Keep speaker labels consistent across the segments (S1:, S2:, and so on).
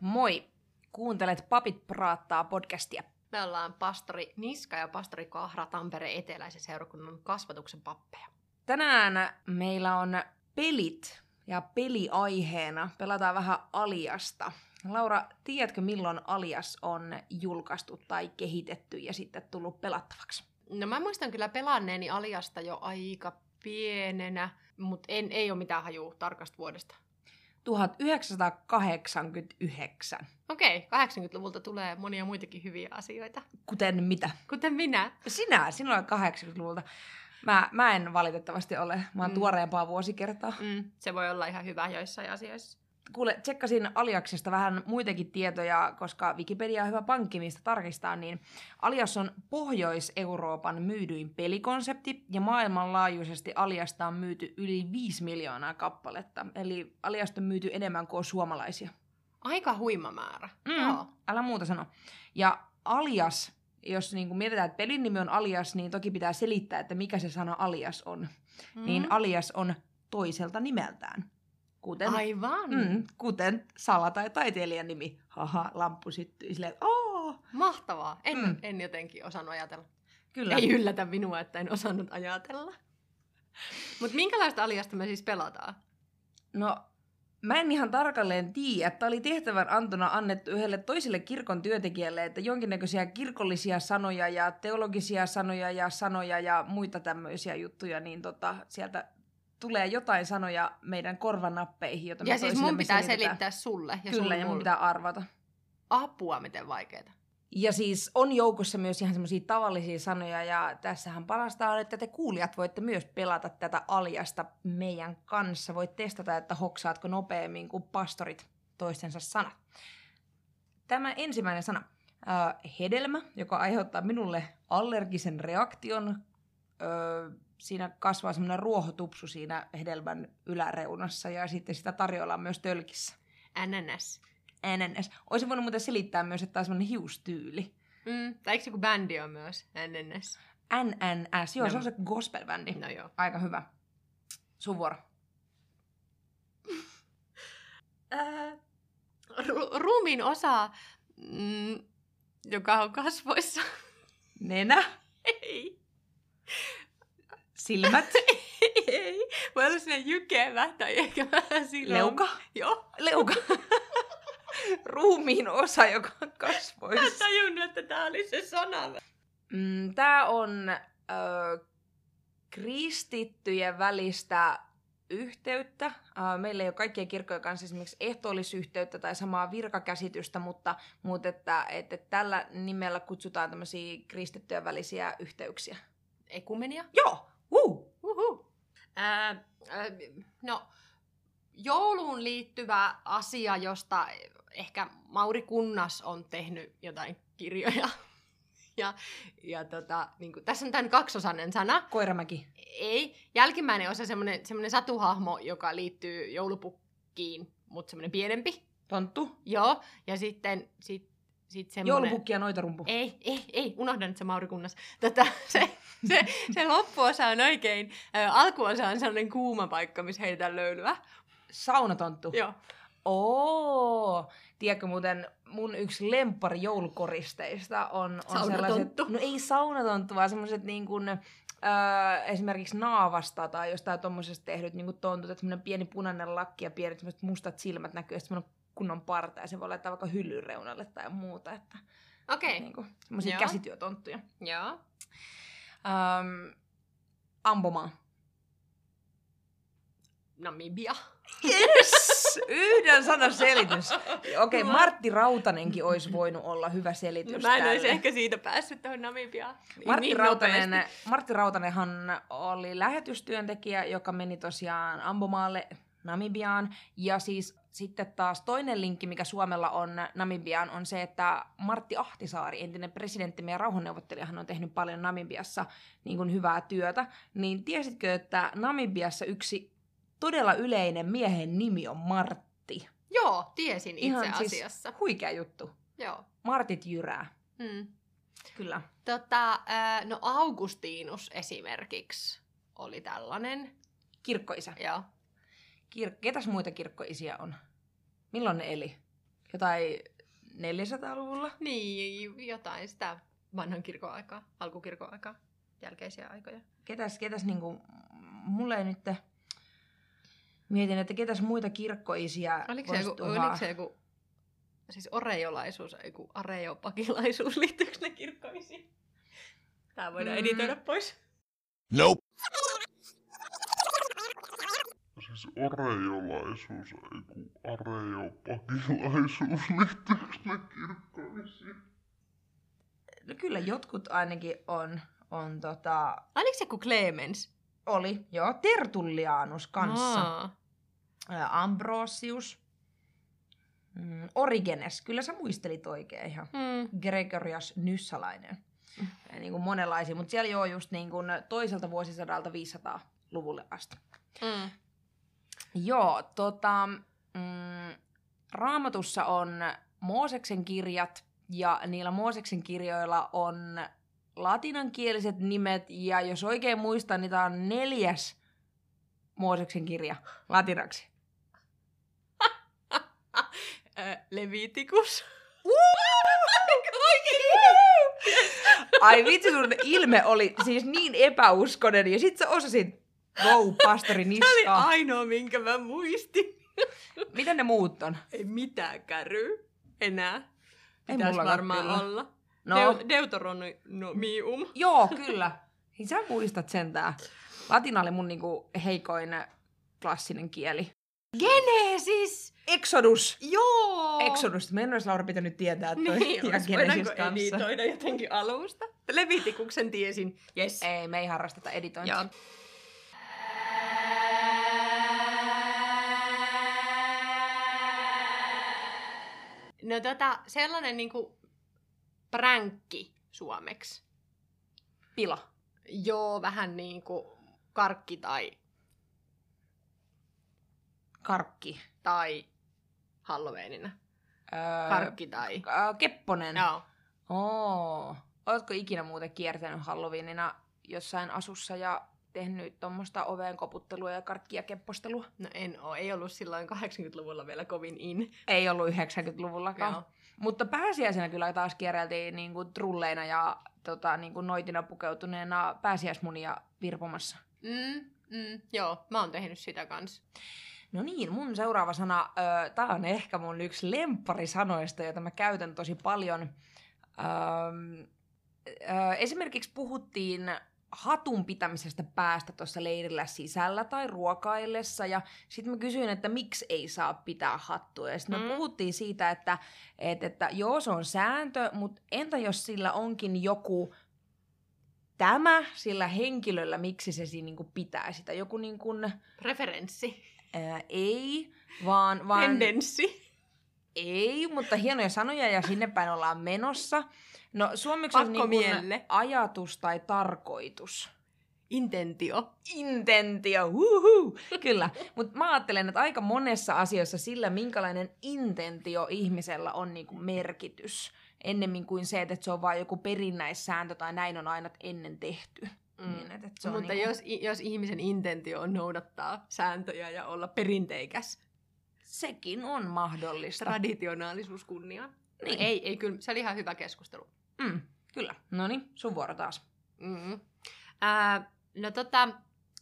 S1: moi! Kuuntelet Papit praattaa podcastia.
S2: Me ollaan pastori Niska ja pastori Kahra Tampereen eteläisen seurakunnan kasvatuksen pappeja.
S1: Tänään meillä on pelit ja peliaiheena. Pelataan vähän aliasta. Laura, tiedätkö milloin alias on julkaistu tai kehitetty ja sitten tullut pelattavaksi?
S2: No mä muistan kyllä pelanneeni Aliasta jo aika pienenä, mutta en, ei ole mitään hajuu tarkasta vuodesta.
S1: 1989.
S2: Okei, 80-luvulta tulee monia muitakin hyviä asioita,
S1: Kuten mitä?
S2: kuten minä.
S1: Sinä, silloin 80-luvulta. Mä, mä en valitettavasti ole. Mä oon
S2: Mm.
S1: mm. tuoreempaa vuosikertaa.
S2: Mm, se voi olla ihan hyvä joissain asioissa.
S1: Kuule, tsekkasin Aliaksesta vähän muitakin tietoja, koska Wikipedia on hyvä pankki, mistä tarkistaa, niin Alias on Pohjois-Euroopan myydyin pelikonsepti, ja maailmanlaajuisesti Aliasta on myyty yli 5 miljoonaa kappaletta. Eli Aliasta on myyty enemmän kuin on suomalaisia.
S2: Aika huima määrä.
S1: Mm,
S2: Joo.
S1: Älä muuta sano. Ja Alias, jos niin mietitään, että pelin nimi on Alias, niin toki pitää selittää, että mikä se sana Alias on.
S2: Mm.
S1: Niin Alias on toiselta nimeltään. Kuten
S2: Aivan. Mm.
S1: Mm, kuten sala tai taiteilijan nimi. Haha, lamppu syttyi silleen, että "Oo,
S2: Mahtavaa. En, mm.
S1: Mm.
S2: en jotenkin osannut ajatella.
S1: Kyllä.
S2: Ei yllätä minua, että en osannut ajatella. Mutta minkälaista Aliasta me siis pelataan?
S1: No, mä en ihan tarkalleen tiedä. Tämä oli tehtävän antona annettu yhdelle toiselle kirkon työntekijälle, että jonkinnäköisiä kirkollisia sanoja ja teologisia sanoja ja sanoja ja muita tämmöisiä juttuja, niin tota, sieltä tulee jotain sanoja meidän korvanappeihin, joita me
S2: Ja siis mun
S1: toisillemme
S2: pitää
S1: selitetään.
S2: selittää sulle ja
S1: Kyllä,
S2: sulle
S1: ja mun
S2: mulle.
S1: pitää arvata.
S2: Apua, miten vaikeeta.
S1: Ja siis on joukossa myös ihan semmoisia tavallisia sanoja, ja tässähän parasta on, että te kuulijat voitte myös pelata tätä aliasta meidän kanssa. Voit testata, että hoksaatko nopeammin kuin pastorit toistensa sanat. Tämä ensimmäinen sana, äh, hedelmä, joka aiheuttaa minulle allergisen reaktion. Öö, siinä kasvaa semmoinen ruohotupsu siinä hedelmän yläreunassa, ja sitten sitä tarjoillaan myös tölkissä.
S2: NNS.
S1: NNS. Olisin voinut muuten selittää myös, että tämä on semmoinen hiustyyli.
S2: Mm, tai eikö se joku bändi on myös? NNS.
S1: NNS, joo,
S2: No.
S1: se on se gospelbändi.
S2: No joo.
S1: Aika hyvä. Sun vuoro.
S2: Ää, ru- ruumiin osa, mm, joka on kasvoissa.
S1: Nenä,
S2: Ei.
S1: silmät,
S2: Ei. Voi olla sinne jykevä tai ehkä vähän silloin.
S1: leuka,
S2: Joo.
S1: leuka. Ruumiin osa, joka on
S2: Mä en
S1: kasvoissa.
S2: tajunnut, että tää oli se sana.
S1: Mm, Tää on ö, kristittyjen välistä yhteyttä. Ö, meillä ei ole kaikkien kirkkojen kanssa esimerkiksi ehtoollisyhteyttä tai samaa virkakäsitystä, mutta, mutta että, että tällä nimellä kutsutaan tämmöisiä kristittyjen välisiä yhteyksiä.
S2: Ekumenia.
S1: Joo! Uh!
S2: Uhu. Ää, ää, no, jouluun liittyvä asia, josta ehkä Mauri Kunnas on tehnyt jotain kirjoja. Ja, ja tota, niin kuin, tässä on tämän kaksosainen sana.
S1: Koiramäki.
S2: Ei. Jälkimmäinen osa semmoinen, semmoinen satuhahmo, joka liittyy joulupukkiin, mutta semmoinen pienempi.
S1: Tonttu.
S2: Joo. Ja sitten sit, sit semmoinen...
S1: Joulupukki ja noitarumpu.
S2: Ei, ei, ei, unohda nyt se Mauri Kunnas. Tota, se, se, se loppuosa on oikein, ö, alkuosa on sellainen kuuma paikka, missä heitetään löylyä.
S1: Saunatonttu.
S2: Joo.
S1: Oo. Tiedätkö muuten, mun yksi lemppari joulukoristeista on, on
S2: Saunatonttu.
S1: sellaiset... No ei saunatonttu, vaan semmoiset niin kuin, öö, esimerkiksi naavasta tai jostain tommosesta tehdyt niin kuin tontut, että semmoinen pieni punainen lakki ja pienet semmoiset mustat silmät näkyy, ja semmoinen kunnon parta, ja se voi laittaa vaikka hyllyn reunalle tai muuta, että
S2: Okei, okay.
S1: niin kuin, semmoisia
S2: Joo.
S1: käsityötonttuja.
S2: joo.
S1: Öm, ampumaan.
S2: Namibia.
S1: Yes! Yhden sanan selitys. Okei, okay,
S2: Mä-
S1: Martti Rautanenkin olisi voinut olla hyvä selitys
S2: No, mä en olisi
S1: tälle.
S2: ehkä siitä päässyt tuohon Namibiaan. Niin-
S1: Martti,
S2: niin
S1: Rautanen,
S2: nopeasti.
S1: Martti Rautanenhan oli lähetystyöntekijä, joka meni tosiaan Ambomaalle Namibiaan. Ja siis sitten taas toinen linkki, mikä Suomella on Namibiaan, on se, että Martti Ahtisaari, entinen presidenttimme ja rauhanneuvottelijahan on tehnyt paljon Namibiassa niin kuin hyvää työtä. Niin tiesitkö, että Namibiassa yksi todella yleinen miehen nimi on Martti?
S2: Joo, tiesin itse
S1: Ihan siis-
S2: asiassa. Siis...
S1: Huikea juttu.
S2: Joo.
S1: Martit jyrää.
S2: Hmm.
S1: Kyllä.
S2: Tota, ö, no Augustinus esimerkiksi oli tällainen.
S1: Kirkkoisä.
S2: Joo.
S1: Kir- ketäs muita kirkkoisiä on? Milloin ne eli? jotain 400-luvulla.
S2: Niin, jotain sitä vanhan kirkon aikaa, alkukirkon aikaa, jälkeisiä aikoja.
S1: Ketäs, ketäs niinku, mulle ei nyt mietin, että ketäs muita kirkkoisiä
S2: Oliko se,
S1: voisi
S2: joku,
S1: tuhaa.
S2: oliko se joku, siis oreolaisuus, joku areopakilaisuus, liittyykö ne kirkkoisiin? Tämä voidaan
S1: Mm.
S2: mm. editoida pois.
S3: Nope.
S4: Siis areolaisuus, ei kun areopakilaisuus, liittyykö ne kirkkoisiin?
S1: No kyllä jotkut ainakin on, on tota,
S2: Oliko se joku Clemens?
S1: oli, joo, Tertullianus kanssa.
S2: Aa.
S1: Ää, Ambrosius, mm, Origenes, kyllä sä muistelit oikein ihan.
S2: Mm.
S1: Gregorias Nyssalainen. Mm. Niin kuin monenlaisia, mutta siellä joo just niin kuin toiselta vuosisadalta 500-luvulle asti.
S2: Mm.
S1: Joo, tota, mm, raamatussa on Mooseksen kirjat ja niillä Mooseksen kirjoilla on latinankieliset nimet ja jos oikein muistan, niin tämä on neljäs Mooseksen kirja latinaksi.
S2: Ö, Levitikus.
S1: Ai vitsi, sun ilme oli siis niin epäuskonen ja sit sä osasit wow, pastori
S2: Se oli
S1: niskaa.
S2: ainoa, minkä mä muistin.
S1: Miten ne muut on?
S2: Ei mitään käry enää.
S1: Ei
S2: Pitäis
S1: mullakaan
S2: varmaan
S1: kyllä.
S2: olla.
S1: No,
S2: Deu- deuteronomium.
S1: joo, kyllä. Niin sä muistat sentään. Latina oli mun niinku heikoin klassinen kieli.
S2: Genesis!
S1: Exodus.
S2: Joo!
S1: Exodus. Meidän olisi Laura pitänyt tietää toi.
S2: Niin,
S1: ja
S2: jos voidaanko
S1: Genesis kanssa.
S2: editoida jotenkin alusta? Levitikuksen tiesin, yes.
S1: Ei, me ei harrasteta editointia.
S2: Joo. No tota, sellainen niinku pränkki suomeksi.
S1: Pila.
S2: Joo, vähän niinku karkki tai,
S1: Karkki.
S2: tai halloweenina.
S1: Öö,
S2: Karkki tai...
S1: Äh, Kepponen.
S2: Joo.
S1: Oo. Ootko ikinä muuten kiertänyt Halloweenina jossain asussa ja tehnyt tuommoista oveen koputtelua ja karkkia keppostelua?
S2: No en oo, ei ollut silloin 80-luvulla vielä kovin in.
S1: Ei ollut 90-luvullakaan.
S2: Joo.
S1: Mutta pääsiäisenä kyllä taas kierreltiin niin kuin trulleina ja tota, niin kuin noitina pukeutuneena pääsiäismunia virpomassa.
S2: Mm, mm, joo, mä oon tehnyt sitä kans.
S1: No niin, mun seuraava sana, ö, tää on ehkä mun yksi lempparisanoista, jota mä käytän tosi paljon. Öm, ö, esimerkiksi puhuttiin hatun pitämisestä päästä tuossa leirillä sisällä tai ruokaillessa ja sitten mä kysyin, että miksi ei saa pitää hattua ja sitten me
S2: Mm.
S1: puhuttiin siitä, että, että, että joo se on sääntö, mutta entä jos sillä onkin joku tämä sillä henkilöllä, miksi se siinä niinku pitää sitä, joku niin kuin,
S2: Referenssi.
S1: Ää, ei, vaan, vaan
S2: Tendenssi.
S1: ei, mutta hienoja sanoja ja sinne päin ollaan menossa. No suomeksi on niin kuin
S2: Pakkomielle.
S1: ajatus tai tarkoitus.
S2: Intentio.
S1: Intentio, huhu, kyllä. Mutta mä ajattelen, että aika monessa asiassa sillä, minkälainen intentio ihmisellä on niin kuin merkitys. Ennemmin kuin se, että se on vain joku perinnäissääntö tai näin on aina ennen tehty. Mm. Niin, että se on
S2: Mutta
S1: niin kuin,
S2: jos, i- jos ihmisen intentio on noudattaa sääntöjä ja olla perinteikäs,
S1: sekin on mahdollista.
S2: traditionaalisuus kunniaan.
S1: Niin.
S2: Ei, ei kyllä, se oli ihan hyvä keskustelu.
S1: Mm, kyllä. No niin, sun vuoro taas.
S2: Mm. Ää, no tota,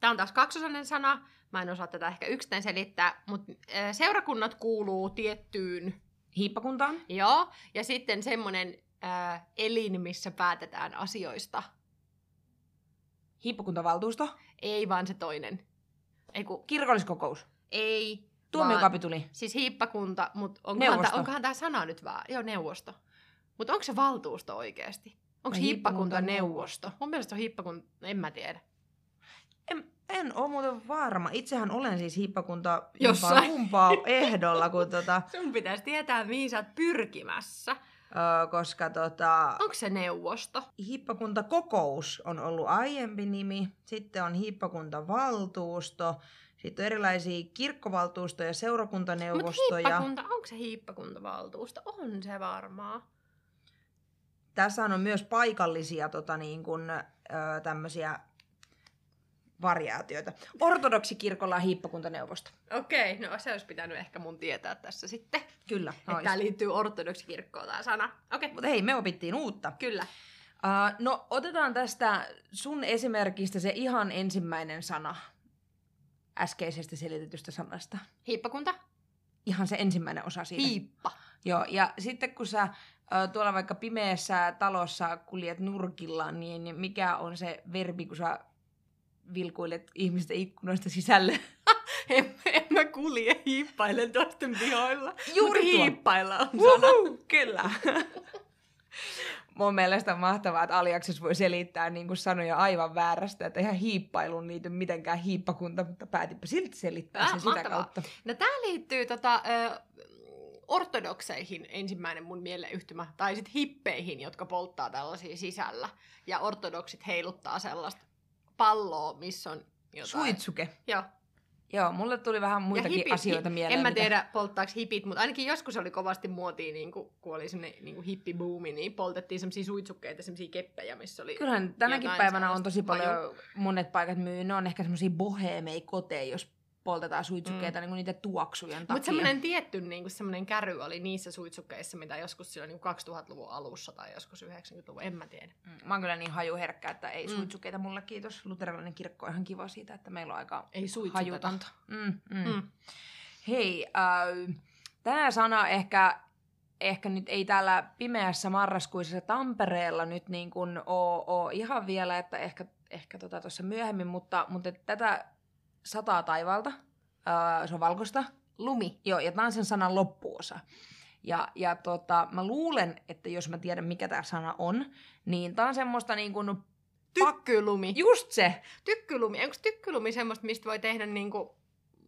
S2: tämä on taas kaksosainen sana. Mä en osaa tätä ehkä yksittäin selittää, mutta ää, seurakunnat kuuluu tiettyyn
S1: Hiippakuntaan?
S2: Joo, ja sitten semmoinen äh, elin, missä päätetään asioista.
S1: Hiippakuntavaltuusto?
S2: Ei vaan se toinen. Ei ku,
S1: Kirkolliskokous?
S2: ei. vaan,
S1: Tuomiokapituli?
S2: Siis hiippakunta, mutta onkohan,
S1: Neuvosto.
S2: tää- onkohan tämä sana nyt vaan? Joo, neuvosto. Mutta onko se valtuusto oikeasti? Onko
S1: Vai
S2: hiippakunta
S1: hiippakuntaneuvosto?
S2: neuvosto? Mun mielestä on hiippakunta, en mä tiedä.
S1: En, en ole muuten varma. Itsehän olen siis hiippakunta
S2: Jossain.
S1: jompaa kumpaa ehdolla, kun tota,
S2: Sun pitäisi tietää, mihin sä oot pyrkimässä.
S1: ö, koska tota,
S2: Onko se neuvosto?
S1: hiippakuntakokous on ollut aiempi nimi, sitten on hiippakuntavaltuusto, sitten on erilaisia kirkkovaltuustoja,
S2: Mutta
S1: seurakuntaneuvostoja.
S2: hiippakunta, onko se hiippakuntavaltuusto? On se varmaan.
S1: Tässä on myös paikallisia tota, niin kun, ö, tämmöisiä variaatioita. Ortodoksikirkolla on hiippakuntaneuvosto.
S2: Okei, no se olisi pitänyt ehkä mun tietää tässä sitten.
S1: Kyllä,
S2: Että tämä liittyy ortodoksikirkkoon tämä sana. Okei,
S1: Mutta hei, me opittiin uutta.
S2: kyllä.
S1: Uh, no otetaan tästä sun esimerkistä se ihan ensimmäinen sana äskeisestä selitetystä sanasta.
S2: Hiippakunta?
S1: Ihan se ensimmäinen osa
S2: Niin.
S1: siitä.
S2: Hiippa.
S1: Joo, ja sitten kun sä ö, tuolla vaikka pimeässä talossa kuljet nurkilla, niin mikä on se verbi, kun sä vilkuilet ihmisten ikkunoista sisälle?
S2: En, en mä kulje hiippailen toisten pihoilla.
S1: Juuri
S2: Mut
S1: tuo.
S2: hiippailla on sana.
S1: Uhu, kyllä. Mun mielestä on mahtavaa, että aliakses voi selittää niin kuin sanoja aivan väärästä, että eihän hiippailuun liity mitenkään hiippakunta, mutta päätipä silti selittää
S2: Äh,
S1: sen sitä
S2: mahtavaa.
S1: kautta.
S2: No tää liittyy tota, ö, ortodokseihin ensimmäinen mun mieleyhtymä, tai sitten hippeihin, jotka polttaa tällaisia sisällä. Ja ortodoksit heiluttaa sellaista palloa, missä on jotain.
S1: Suitsuke.
S2: Joo.
S1: Joo, mulle tuli vähän muitakin
S2: hipit-
S1: asioita
S2: hi-
S1: mieleen.
S2: En mä
S1: mitä-
S2: tiedä, polttaako hipit, mutta ainakin joskus oli kovasti muotia, niin kun, kun oli semmoinen niin hippibuumi, niin poltettiin semmoisia suitsukkeita, semmoisia keppejä, missä oli...
S1: Kyllähän tänäkin
S2: jotain
S1: päivänä on
S2: sellaista
S1: tosi paljon,
S2: haju.
S1: monet paikat myy, ne on ehkä semmoisia boheemei koteja, jos poltetaan suitsukkeita mm. niin niitä tuoksujen takia.
S2: Mutta semmoinen tietty niin semmoinen käry oli niissä suitsukkeissa, mitä joskus silloin niin 2000-luvun alussa tai joskus 90-luvun, en mä tiedä.
S1: Mm, Mä oon kyllä niin hajuherkkä, että ei
S2: Mm.
S1: suitsukkeita mulle, kiitos. Luterilainen kirkko on ihan kiva siitä, että meillä on aika
S2: Ei suitsuketa.
S1: hajutonta. Mm, mm. Mm.
S2: Mm.
S1: Hei, äh, tämä sana ehkä, ehkä nyt ei täällä pimeässä marraskuisessa Tampereella nyt niin kuin oo, oo ihan vielä, että ehkä, ehkä tota tuossa myöhemmin, mutta, mutta et tätä sataa taivalta, äh, se on valkoista,
S2: Lumi.
S1: Joo, ja tämä on sen sanan loppuosa. Ja, ja tota, mä luulen, että jos mä tiedän, mikä tämä sana on, niin tämä on semmoista niin kuin,
S2: Tykkylumi. Ju-
S1: just se,
S2: tykkylumi. Onko tykkylumi semmoista, mistä voi tehdä niinku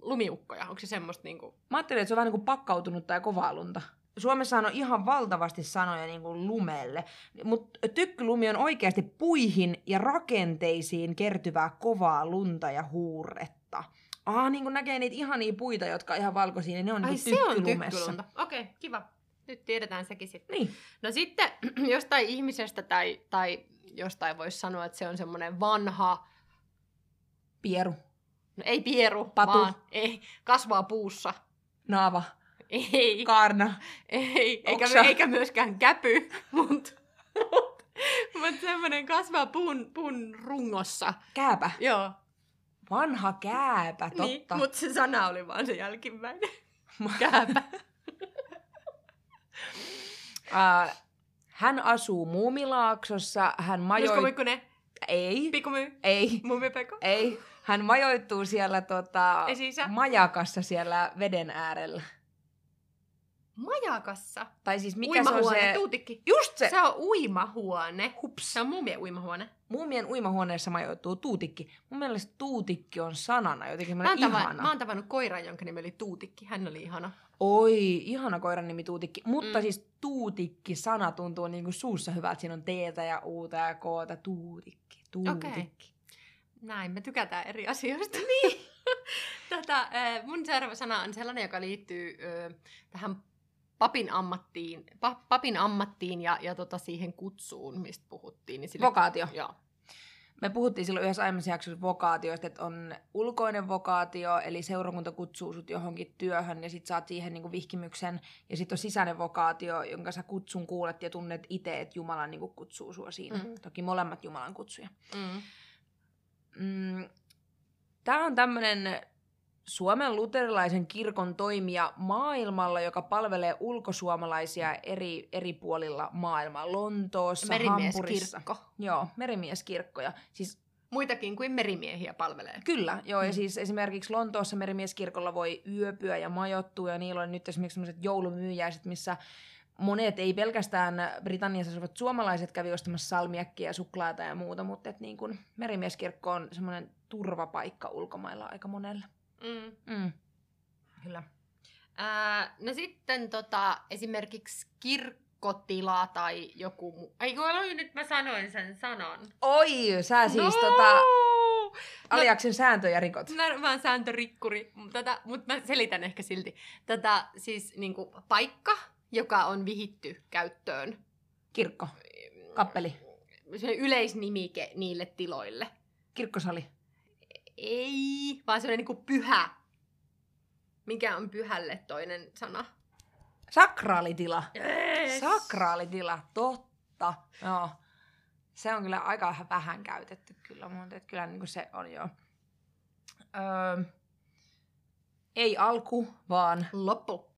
S2: lumiukkoja? Onko se semmoista niinku...
S1: mä ajattelin, että se on vähän niin kuin pakkautunut tai kovaa lunta. Suomessa on ihan valtavasti sanoja niin kuin lumelle, mutta tykkylumi on oikeasti puihin ja rakenteisiin kertyvää kovaa lunta ja huuretta. Ah, niin kuin näkee niitä ihania puita, jotka on ihan valkoisia, niin ne on
S2: Ai
S1: niin
S2: se on
S1: tykkylumessa.
S2: tykkylunta. Okei, okay, kiva. Nyt tiedetään sekin sitten.
S1: niin.
S2: No sitten jostain ihmisestä tai, tai jostain voisi sanoa, että se on semmoinen vanha,
S1: Pieru,
S2: no ei pieru,
S1: Patu.
S2: vaan ei, kasvaa puussa.
S1: naava,
S2: Ei,
S1: kaarna.
S2: ei eikä,
S1: Oksa.
S2: eikä myöskään käpy, mutta mut, mut semmoinen kasvaa puun, puun rungossa.
S1: Kääpä.
S2: Joo,
S1: Vanha kääpä, totta.
S2: Niin, mutta se sana oli vaan se jälkimmäinen. Kääpä.
S1: Äh, hän asuu Muumilaaksossa, hän
S2: Josko
S1: majoittuu...
S2: Mikkonen,
S1: Ei,
S2: Pikkumy,
S1: ei,
S2: Mumipeko.
S1: ei. Hän majoittuu siellä tota,
S2: Esi-isä.
S1: majakassa siellä veden äärellä.
S2: Majakassa.
S1: Tai siis mikä se on
S2: uimahuone,
S1: se...
S2: tuutikki.
S1: Just
S2: Se.
S1: se!
S2: se on uimahuone.
S1: Hups.
S2: Se on muumien uimahuone.
S1: Muumien uimahuoneessa majoittuu tuutikki. Mun mielestä tuutikki on sanana jotenkin
S2: Mä oon,
S1: semmoinen ihana.
S2: tavan, mä oon tavannut koiran, jonka nimi oli Tuutikki. Hän oli ihana.
S1: Oi, ihana koiran nimi Tuutikki. Mutta
S2: Mm.
S1: mm. siis Tuutikki-sana tuntuu niin kuin suussa hyvältä. Siinä on teetä ja uuta ja koota. Tuutikki, Tuutikki.
S2: Näin, me tykätään eri asioista. Niin. Tätä, äh, mun seuraava sana on sellainen, joka liittyy äh, tähän papin ammattiin, pa, papin ammattiin ja, ja tota siihen kutsuun, mistä puhuttiin. Niin sille-
S1: Vokaatio.
S2: Joo.
S1: Me puhuttiin silloin yhdessä aiemmassa jaksossa vokaatioista, että on ulkoinen vokaatio, eli seurakunta kutsuu sut johonkin työhön ja sit saat siihen niinku vihkimyksen. Ja sitten on sisäinen vokaatio, jonka sä kutsun kuulet ja tunnet itse, että Jumala niinku kutsuu sua siinä.
S2: Mm.
S1: Mm. Toki molemmat Jumalan kutsuja.
S2: Mm.
S1: Mm. Tämä on tämmöinen Suomen luterilaisen kirkon toimija maailmalla, joka palvelee ulkosuomalaisia eri, eri puolilla maailmaa. Lontoossa, Hampurissa.
S2: Merimieskirkko.
S1: Joo, merimieskirkkoja. Siis
S2: Muitakin kuin merimiehiä palvelee.
S1: Kyllä, joo.
S2: Mm.
S1: Ja siis esimerkiksi Lontoossa merimieskirkolla voi yöpyä ja majoittua, ja niillä on nyt esimerkiksi sellaiset joulumyyjäiset, missä monet, ei pelkästään Britanniassa asuvat suomalaiset, kävi ostamassa salmiakkia ja suklaata ja muuta, mutta et niin kun merimieskirkko on semmoinen turvapaikka ulkomailla aika monelle.
S2: Mm.
S1: Mm. Kyllä.
S2: Ää, no sitten tota, esimerkiksi kirkkotila tai joku muu. Ei kun oi, nyt mä sanoin sen sanan.
S1: Oi, sä siis no! tota, aliaksen sääntöjä rikot.
S2: No, Mä, mä oon sääntörikkuri, tätä, mutta mä selitän ehkä silti. Tätä siis niinku, paikka, joka on vihitty käyttöön.
S1: Kirkko, kappeli,
S2: Se yleisnimike niille tiloille.
S1: kirkkosali.
S2: ei, vaan semmoinen niinku pyhä. Mikä on pyhälle toinen sana?
S1: Sakraalitila.
S2: Yes.
S1: Sakraalitila, totta. Joo. Se on kyllä aika vähän käytetty kyllä, mutta et kyllä niin kuin se on jo. Öö, ei alku, vaan
S2: Loppu.